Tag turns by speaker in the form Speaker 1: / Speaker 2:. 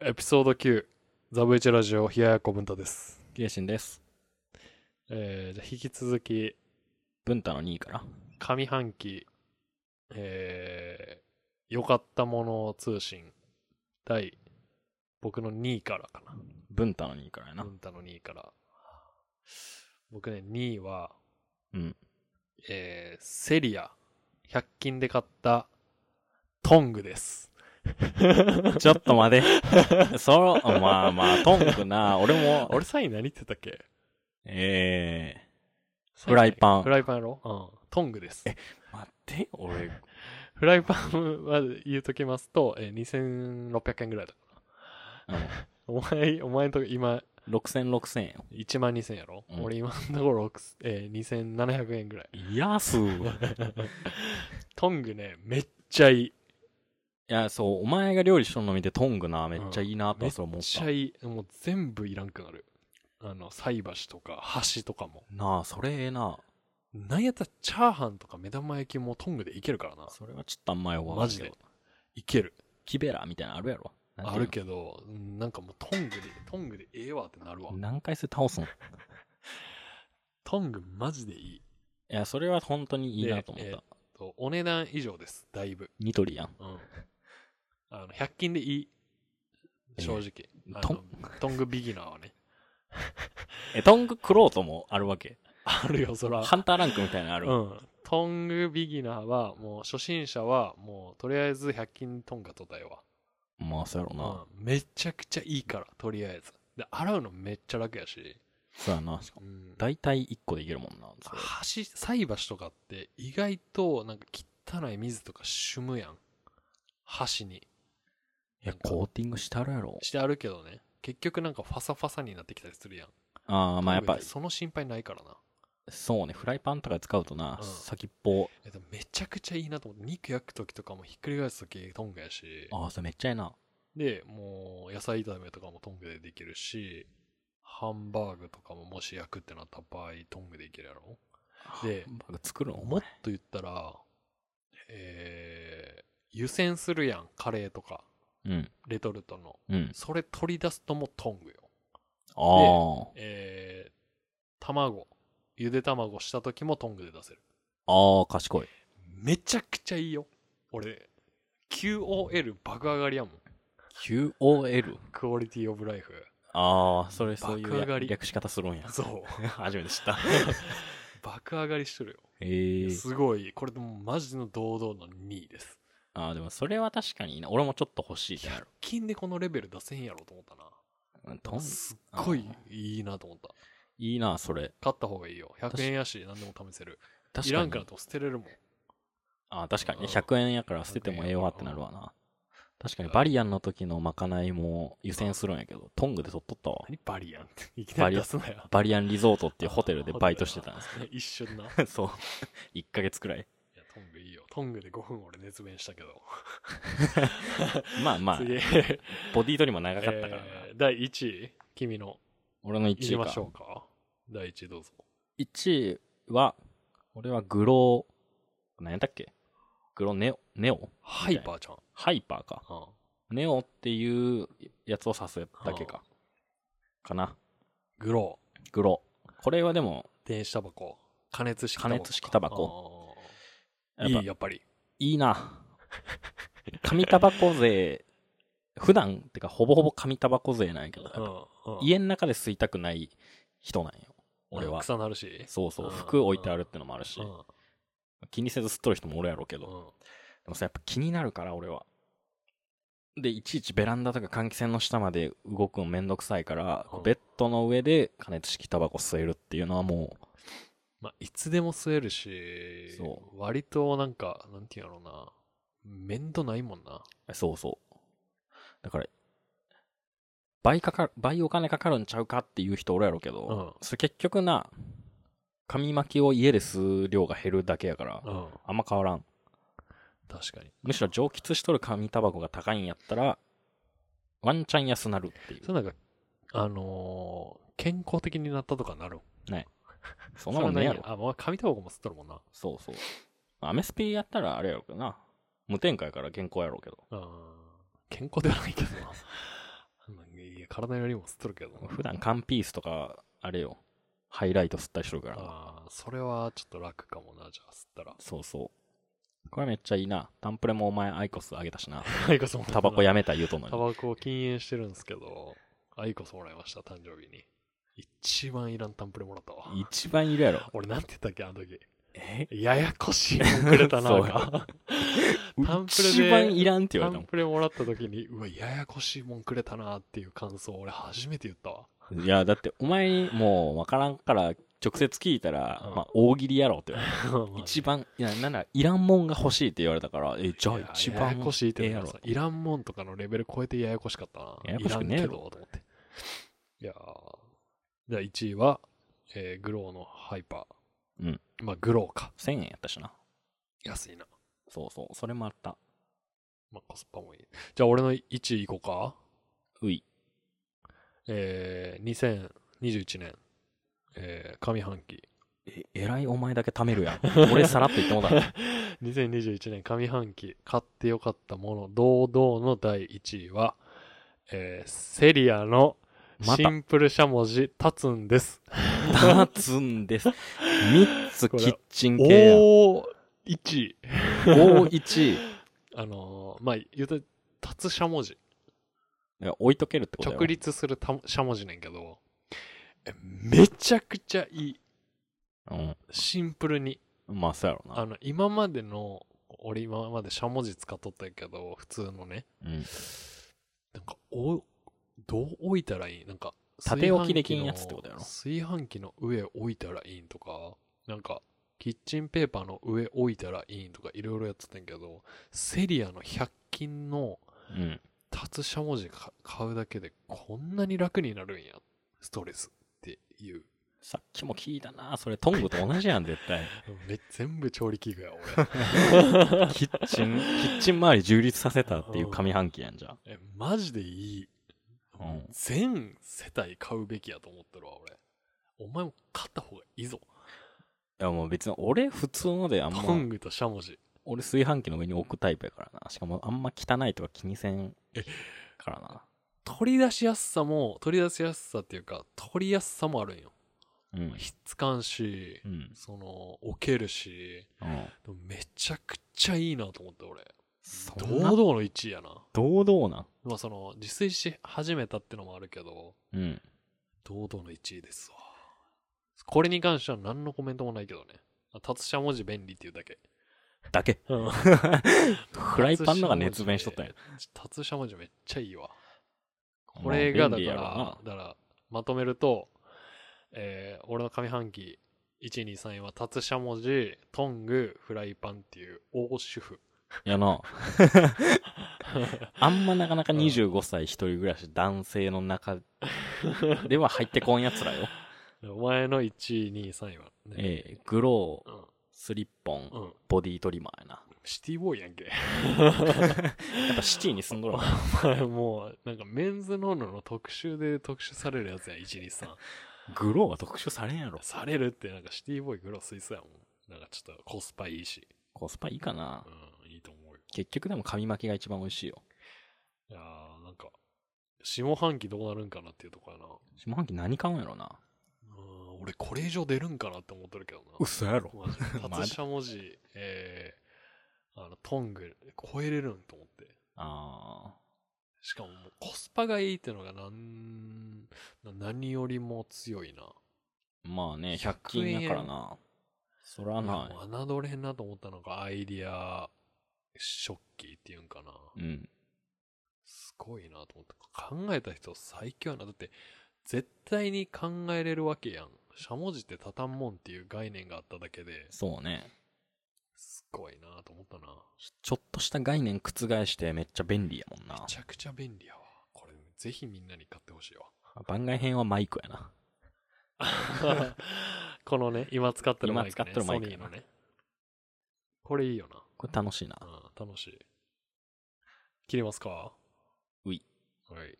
Speaker 1: エピソード9、ザブイチラジオ、冷ややっこ文太です。
Speaker 2: ゲーシンです。
Speaker 1: えー、じゃあ引き続き、
Speaker 2: 文太の2位から。
Speaker 1: 上半期、えー、良かったもの通信、第、僕の2位からか
Speaker 2: 文太の2位からや
Speaker 1: な。
Speaker 2: な。
Speaker 1: 文太の2位から。僕ね、2位は、
Speaker 2: うん。
Speaker 1: えー、セリア、100均で買った、トングです。
Speaker 2: ちょっと待て。 そう、まあまあ、トンクな、俺も、
Speaker 1: 俺3位何言ってたっけ
Speaker 2: ええフライパン
Speaker 1: フライパンやろうん。トングです。
Speaker 2: 待って、俺、
Speaker 1: フライパンは言うときますと、えー、2600円ぐらいだ。お前、お前のとこ今、
Speaker 2: 6000、6000円よ。
Speaker 1: 1万2000やろ、
Speaker 2: うん
Speaker 1: 俺今のところ、えー、2700円ぐらい。
Speaker 2: いや、すい
Speaker 1: トングね、めっちゃいい。
Speaker 2: や、そう、お前が料理しとんの見て、トングな、めっちゃいいな、
Speaker 1: め
Speaker 2: と
Speaker 1: っ
Speaker 2: それ思っ
Speaker 1: ち
Speaker 2: た
Speaker 1: ゃ。いい。もう全部いらんくなる。あの、菜箸とか、箸とかも。
Speaker 2: なあ、それええな。
Speaker 1: なんやったら、チャーハンとか目玉焼きもトングでいけるからな。
Speaker 2: それはちょっとあんまよわか
Speaker 1: マ
Speaker 2: らんけ
Speaker 1: ジ
Speaker 2: ど
Speaker 1: で。。いける。
Speaker 2: キベラみたいなのあるやろ。なんて
Speaker 1: あ
Speaker 2: いうの
Speaker 1: るけど、うんなんかもうトングで、トングでええわってなるわ。
Speaker 2: 何回数倒すんい
Speaker 1: トングマジでいい。
Speaker 2: や、それは本当にいいなと思っ
Speaker 1: でえ
Speaker 2: た
Speaker 1: ー。とお値段以上です、だいぶ。
Speaker 2: ニトリやん。
Speaker 1: うん。あの、100均でいい。正直。あ
Speaker 2: ト
Speaker 1: の
Speaker 2: ン、
Speaker 1: トングビギナーはね。
Speaker 2: え、トングクロートもあるわけ。
Speaker 1: あるよ、そら。
Speaker 2: ハンターランクみたいなのある。
Speaker 1: うん。トングビギナーは、もう初心者は、もうとりあえず100均トンガとだよ
Speaker 2: まあ、そうやろ
Speaker 1: わ、
Speaker 2: な。
Speaker 1: うん。めちゃくちゃいいから、とりあえず。で、洗うのめっちゃ楽やし。
Speaker 2: そうやな。
Speaker 1: うん。
Speaker 2: 大体1個でいけるもんな。それ
Speaker 1: 箸、菜箸とかって意外となんか汚い水とかしむやん。箸に。
Speaker 2: いや、コーティングしてあるやろ。
Speaker 1: してあるけどね。結局なんかファサファサになってきたりするやん。
Speaker 2: ああ、まあやっぱ、
Speaker 1: その心配ないからな。
Speaker 2: そうね、フライパンとか使うとな、
Speaker 1: うん
Speaker 2: 先っぽ。
Speaker 1: えっとめちゃくちゃいいなと思って肉焼く時とかもひっくり返す時トングやし
Speaker 2: ああ、それめっちゃええな。
Speaker 1: でもう野菜炒めとかもトングでできるしハンバーグとかももし焼くってなった場合トングでいけるやろで
Speaker 2: ハンバーグ作るの
Speaker 1: もっと言ったらえー、湯煎するやんカレーとか
Speaker 2: うん、
Speaker 1: レトルトの
Speaker 2: うん。
Speaker 1: それ取り出すともうトングよ
Speaker 2: あ
Speaker 1: えー、卵ゆで卵した時もトングで出せる
Speaker 2: あ、ああ、賢い。
Speaker 1: めちゃくちゃいいよ俺 QOL 爆上がりやもん
Speaker 2: QOL?
Speaker 1: クオリティオブライフ。
Speaker 2: ああ、それそうい
Speaker 1: 爆上
Speaker 2: う
Speaker 1: が
Speaker 2: や
Speaker 1: り
Speaker 2: 略し方するん や。
Speaker 1: そう。
Speaker 2: 初め て知った。
Speaker 1: 爆上がりしてる
Speaker 2: ええ
Speaker 1: よ。すごい。これでもマジの堂々の2位です。
Speaker 2: ああ、でもそれは確かにいいな。俺もちょっと欲しいってな
Speaker 1: 100
Speaker 2: る。
Speaker 1: 均でこのレベル出せんやろと思ったな。
Speaker 2: うんとん
Speaker 1: すっごいいいなと思った。
Speaker 2: いいな、それ。
Speaker 1: 買った方がいいよ。
Speaker 2: 確
Speaker 1: 100
Speaker 2: か
Speaker 1: 円やし何でも試せる。
Speaker 2: 確かに。
Speaker 1: いらんからと捨てれるもん。
Speaker 2: ああ、確かにね。
Speaker 1: うん
Speaker 2: 100円やから捨ててもええわってなるわな。確かにバリアンの時のまかないも湯煎するんやけど、トングで取っとったわ。
Speaker 1: 何バリアンって。 いきなり出すなよ。
Speaker 2: バリアンリゾート っていうホテルでバイトしてたんですけ
Speaker 1: 一瞬な。い
Speaker 2: ど。 そう。1ヶ月くらい。
Speaker 1: や、トングいいよ。トングで5分俺熱弁したけど。
Speaker 2: まあまあ、
Speaker 1: 次、え
Speaker 2: ボディー取りも長かったからな。
Speaker 1: ー第1位、君の。
Speaker 2: 俺の
Speaker 1: い
Speaker 2: 1
Speaker 1: き
Speaker 2: 位
Speaker 1: ま
Speaker 2: か
Speaker 1: し。ょうか。第1位どうぞ。
Speaker 2: 1位は、俺はグロー、何やったっけグローネオ、ネオ
Speaker 1: ハイパーちゃん。
Speaker 2: ハイパーか。
Speaker 1: うん
Speaker 2: ネオっていうやつを指すだけか。かな。
Speaker 1: グロー。
Speaker 2: グロー。これはでも、
Speaker 1: 電子タバコ加熱式タバコ
Speaker 2: 加熱式タバ
Speaker 1: コ
Speaker 2: やっ
Speaker 1: い
Speaker 2: ぱ
Speaker 1: いやっぱり
Speaker 2: いいな。紙タバコ税、普段ってかほぼほぼ紙タバコ税なんやけど、
Speaker 1: うんうん
Speaker 2: 家の中で吸いたくない人なんよ。俺
Speaker 1: うん
Speaker 2: は。
Speaker 1: 草なるし
Speaker 2: そうそうう、
Speaker 1: ん
Speaker 2: 服置いてあるってのもあるし
Speaker 1: う、ん
Speaker 2: 気にせず吸っとる人もおるやろうけど、で
Speaker 1: うん
Speaker 2: もさ、やっぱ気になるから俺は。で、いちいちベランダとか換気扇の下まで動くのめんどくさいから、
Speaker 1: うん
Speaker 2: ベッドの上で加熱式タバコ吸えるっていうのはもう、
Speaker 1: まあいつでも吸えるし
Speaker 2: そ
Speaker 1: 割となんかなんていうんやろうな面倒ないもんな
Speaker 2: そうそう。だから、倍かかる、倍お金かかるんちゃうかっていう人おるやろうけど、それ結局な、紙巻きを家で吸う量が減るだけやから、
Speaker 1: うん
Speaker 2: あんま変わらん。
Speaker 1: 確かに
Speaker 2: むしろ蒸気しとる紙タバコが高いんやったら、ワンチャン安なるっていう。
Speaker 1: それなんかあのー健康的になったとかなる
Speaker 2: そんなもんねえや
Speaker 1: それ
Speaker 2: ろ。
Speaker 1: はないあまあ紙タバコも吸っとるもんな
Speaker 2: そうそう。アメスピやったらあれやろうけどな。無添加やから健康やろうけど。
Speaker 1: うん健康ではないけどな体よりも吸っとるけどな。
Speaker 2: 普段缶ピースとか、あれよ、ハイライト吸ったりするから。
Speaker 1: ああ、それはちょっと楽かもな、じゃあ吸ったら。
Speaker 2: そうそう。これめっちゃいいな。タンプレもお前アイコスあげたしな。
Speaker 1: アイコスもらった
Speaker 2: タバコやめた言うとんの
Speaker 1: タ
Speaker 2: に。
Speaker 1: バコを禁煙してるんですけど、アイコスもらいました、誕生日に。一番いらんタンプレもらったわ。
Speaker 2: 一番いるやろ。
Speaker 1: 俺なんて言ったっけ、あの時。
Speaker 2: え
Speaker 1: ややこしいもんくれたな、
Speaker 2: そう
Speaker 1: なん か。タンプレで
Speaker 2: 一番いらんって言
Speaker 1: タ
Speaker 2: われた
Speaker 1: ンプレもらった時に、うわ、ややこしいもんくれたなっていう感想、俺初めて言ったわ。
Speaker 2: もん。いや、だってお前にもうわからんから直接聞いたら、
Speaker 1: うん
Speaker 2: まあ大喜利やろって言われた。
Speaker 1: まあ
Speaker 2: 一番、いや、なんならいらんもんが欲しいって言われたから、え、じゃあ
Speaker 1: いや
Speaker 2: 一
Speaker 1: や
Speaker 2: 番
Speaker 1: やこしいって
Speaker 2: ええ
Speaker 1: の
Speaker 2: や
Speaker 1: が
Speaker 2: ろ
Speaker 1: さ。いらんもんとかのレベル超えてややこしかったな。
Speaker 2: ややこしくねえ
Speaker 1: い
Speaker 2: や
Speaker 1: らん
Speaker 2: ろ
Speaker 1: けど、と思って。いやーじゃあ1位は、えーグローのハイパー。
Speaker 2: うん。
Speaker 1: まあ、グローか。
Speaker 2: 1000円やったしな。
Speaker 1: 安いな。
Speaker 2: そうそう、それもあった。
Speaker 1: まあ、コスパもいい。じゃあ俺の1位いこうか。
Speaker 2: うい。
Speaker 1: えー、2021年、えー上半期。
Speaker 2: え、えらいお前だけ貯めるやん。俺さらっと言ってもだ
Speaker 1: 2021年上半期、買ってよかったもの、堂々の第1位は、えーセリアの
Speaker 2: ま
Speaker 1: シ
Speaker 2: た
Speaker 1: ンプルしゃもじ、立つんです。
Speaker 2: 立つんです。3つ
Speaker 1: これ
Speaker 2: キッチン系やん。
Speaker 1: おー、1位。
Speaker 2: 大1位。い
Speaker 1: あのーまあ、言うと、立つしゃもじ。
Speaker 2: や置いとけるってことやろ
Speaker 1: 直立するたしゃもじねんけど、えめちゃくちゃいい。シンプルに。
Speaker 2: うん。まあ、そうやろ
Speaker 1: あの、今までの、俺今までしゃもじ使っとったんやけど、普通のね、
Speaker 2: な。う
Speaker 1: な
Speaker 2: ん。
Speaker 1: んか、お、どう置いたらいいなんか、
Speaker 2: 縦置きでき
Speaker 1: 炊飯器の
Speaker 2: んやつってことやろ
Speaker 1: 炊飯器の上置いたらいいんとか、なんか、キッチンペーパーの上置いたらいいんとか、いろいろやってたんやけど、セリアの100均の
Speaker 2: うん。
Speaker 1: 立つしゃもじか買うだけで、こんなに楽になるんや。ストレスっていう。
Speaker 2: さっきも聞いたな。それトングと同じやん、絶 対。
Speaker 1: め全部調理器具や、俺。
Speaker 2: キッチン、キッチン周り充実させたっていう上半期やんじゃ。
Speaker 1: えマジでいい、
Speaker 2: うん
Speaker 1: 全世帯買うべきやと思ってるわ俺お前も買った方がいいぞ
Speaker 2: いや、もう別に俺普通のであん
Speaker 1: トン
Speaker 2: ま、
Speaker 1: グとしゃもじ
Speaker 2: 俺炊飯器の上に置くタイプやからな。しかもあんま汚いとか気にせんからな。
Speaker 1: 取り出しやすさも取り出しやすさっていうか取りやすさもあるんよ
Speaker 2: うん。
Speaker 1: ひっつかんし
Speaker 2: うん。
Speaker 1: その置けるし
Speaker 2: うん。
Speaker 1: でもめちゃくちゃいいなと思って俺
Speaker 2: そ
Speaker 1: 堂
Speaker 2: んな
Speaker 1: 々の1位やな
Speaker 2: 堂々な。
Speaker 1: まあその自炊し始めたってのもあるけど
Speaker 2: うん。
Speaker 1: 堂々の1位ですわこれに関しては何のコメントもないけどね達者文字便利っていうだけ
Speaker 2: だけ。 フ
Speaker 1: フ
Speaker 2: ライパンのが熱弁しとったんや。。
Speaker 1: 達者文字めっちゃいいわ。これがだ
Speaker 2: まあ
Speaker 1: か
Speaker 2: 便利やろう
Speaker 1: ら
Speaker 2: な、
Speaker 1: だから、まとめると、えー俺の上半期、1、2、3位は、達者文字、トング、フライパンっていう、大主婦。
Speaker 2: いや な。あんまなかなか25歳一人暮らし男性の中 では入ってこんやつらよ。
Speaker 1: お前の1、2、3位は、ね。
Speaker 2: ええグロー、
Speaker 1: うん
Speaker 2: スリッポン、
Speaker 1: うん、
Speaker 2: ボディトリマーやな。
Speaker 1: シティボーイやんけ。
Speaker 2: やっぱシティに住んどるわ。
Speaker 1: お前もう、なんかメンズノンノの特集で特集されるやつやん、1、2、3。
Speaker 2: グローは特集されんやろ。
Speaker 1: されるって、なんかシティボーイグロスイスやもん。なんかちょっとコスパいいし。
Speaker 2: コスパいいかな。
Speaker 1: うん、いいと思うよ。
Speaker 2: 結局でも紙巻きが一番美味しいよ。
Speaker 1: いやーなんか、下半期どうなるんかなっていうとこやな。
Speaker 2: 下半期何買うんやろな。
Speaker 1: うん、俺これ以上出るんかなって思ってるけどな。
Speaker 2: 嘘やろ。
Speaker 1: マジで
Speaker 2: マジ
Speaker 1: 初者文字、えー、あの、トング、超えれるんと思って。
Speaker 2: あ
Speaker 1: しかももうコスパがいいってのがなん、な何よりも強いな。
Speaker 2: ー。まあね、
Speaker 1: 100
Speaker 2: 100均やからな。そらない
Speaker 1: やもう侮れんなと思ったのがアイディア、食器っていうんかな。
Speaker 2: い。うん。
Speaker 1: すごいなと思って。考えた人最強やな。だって、絶対に考えれるわけやん。しゃもじってたたんもんっていう概念があっただけで、
Speaker 2: そうね。
Speaker 1: すごいなと思ったな。
Speaker 2: ちょっとした概念覆してめっちゃ便利やもんな
Speaker 1: め。ちゃくちゃ便利やわ。これ、ぜひみんなに買ってほしいわ。
Speaker 2: 番外編はマイクやな。
Speaker 1: このね、今使ってるマイク、ね、
Speaker 2: 今使ってるマイク
Speaker 1: ソニーのね。これいいよ
Speaker 2: これ楽しいな
Speaker 1: な。。うん、楽しい。切りますか
Speaker 2: うい。
Speaker 1: はい。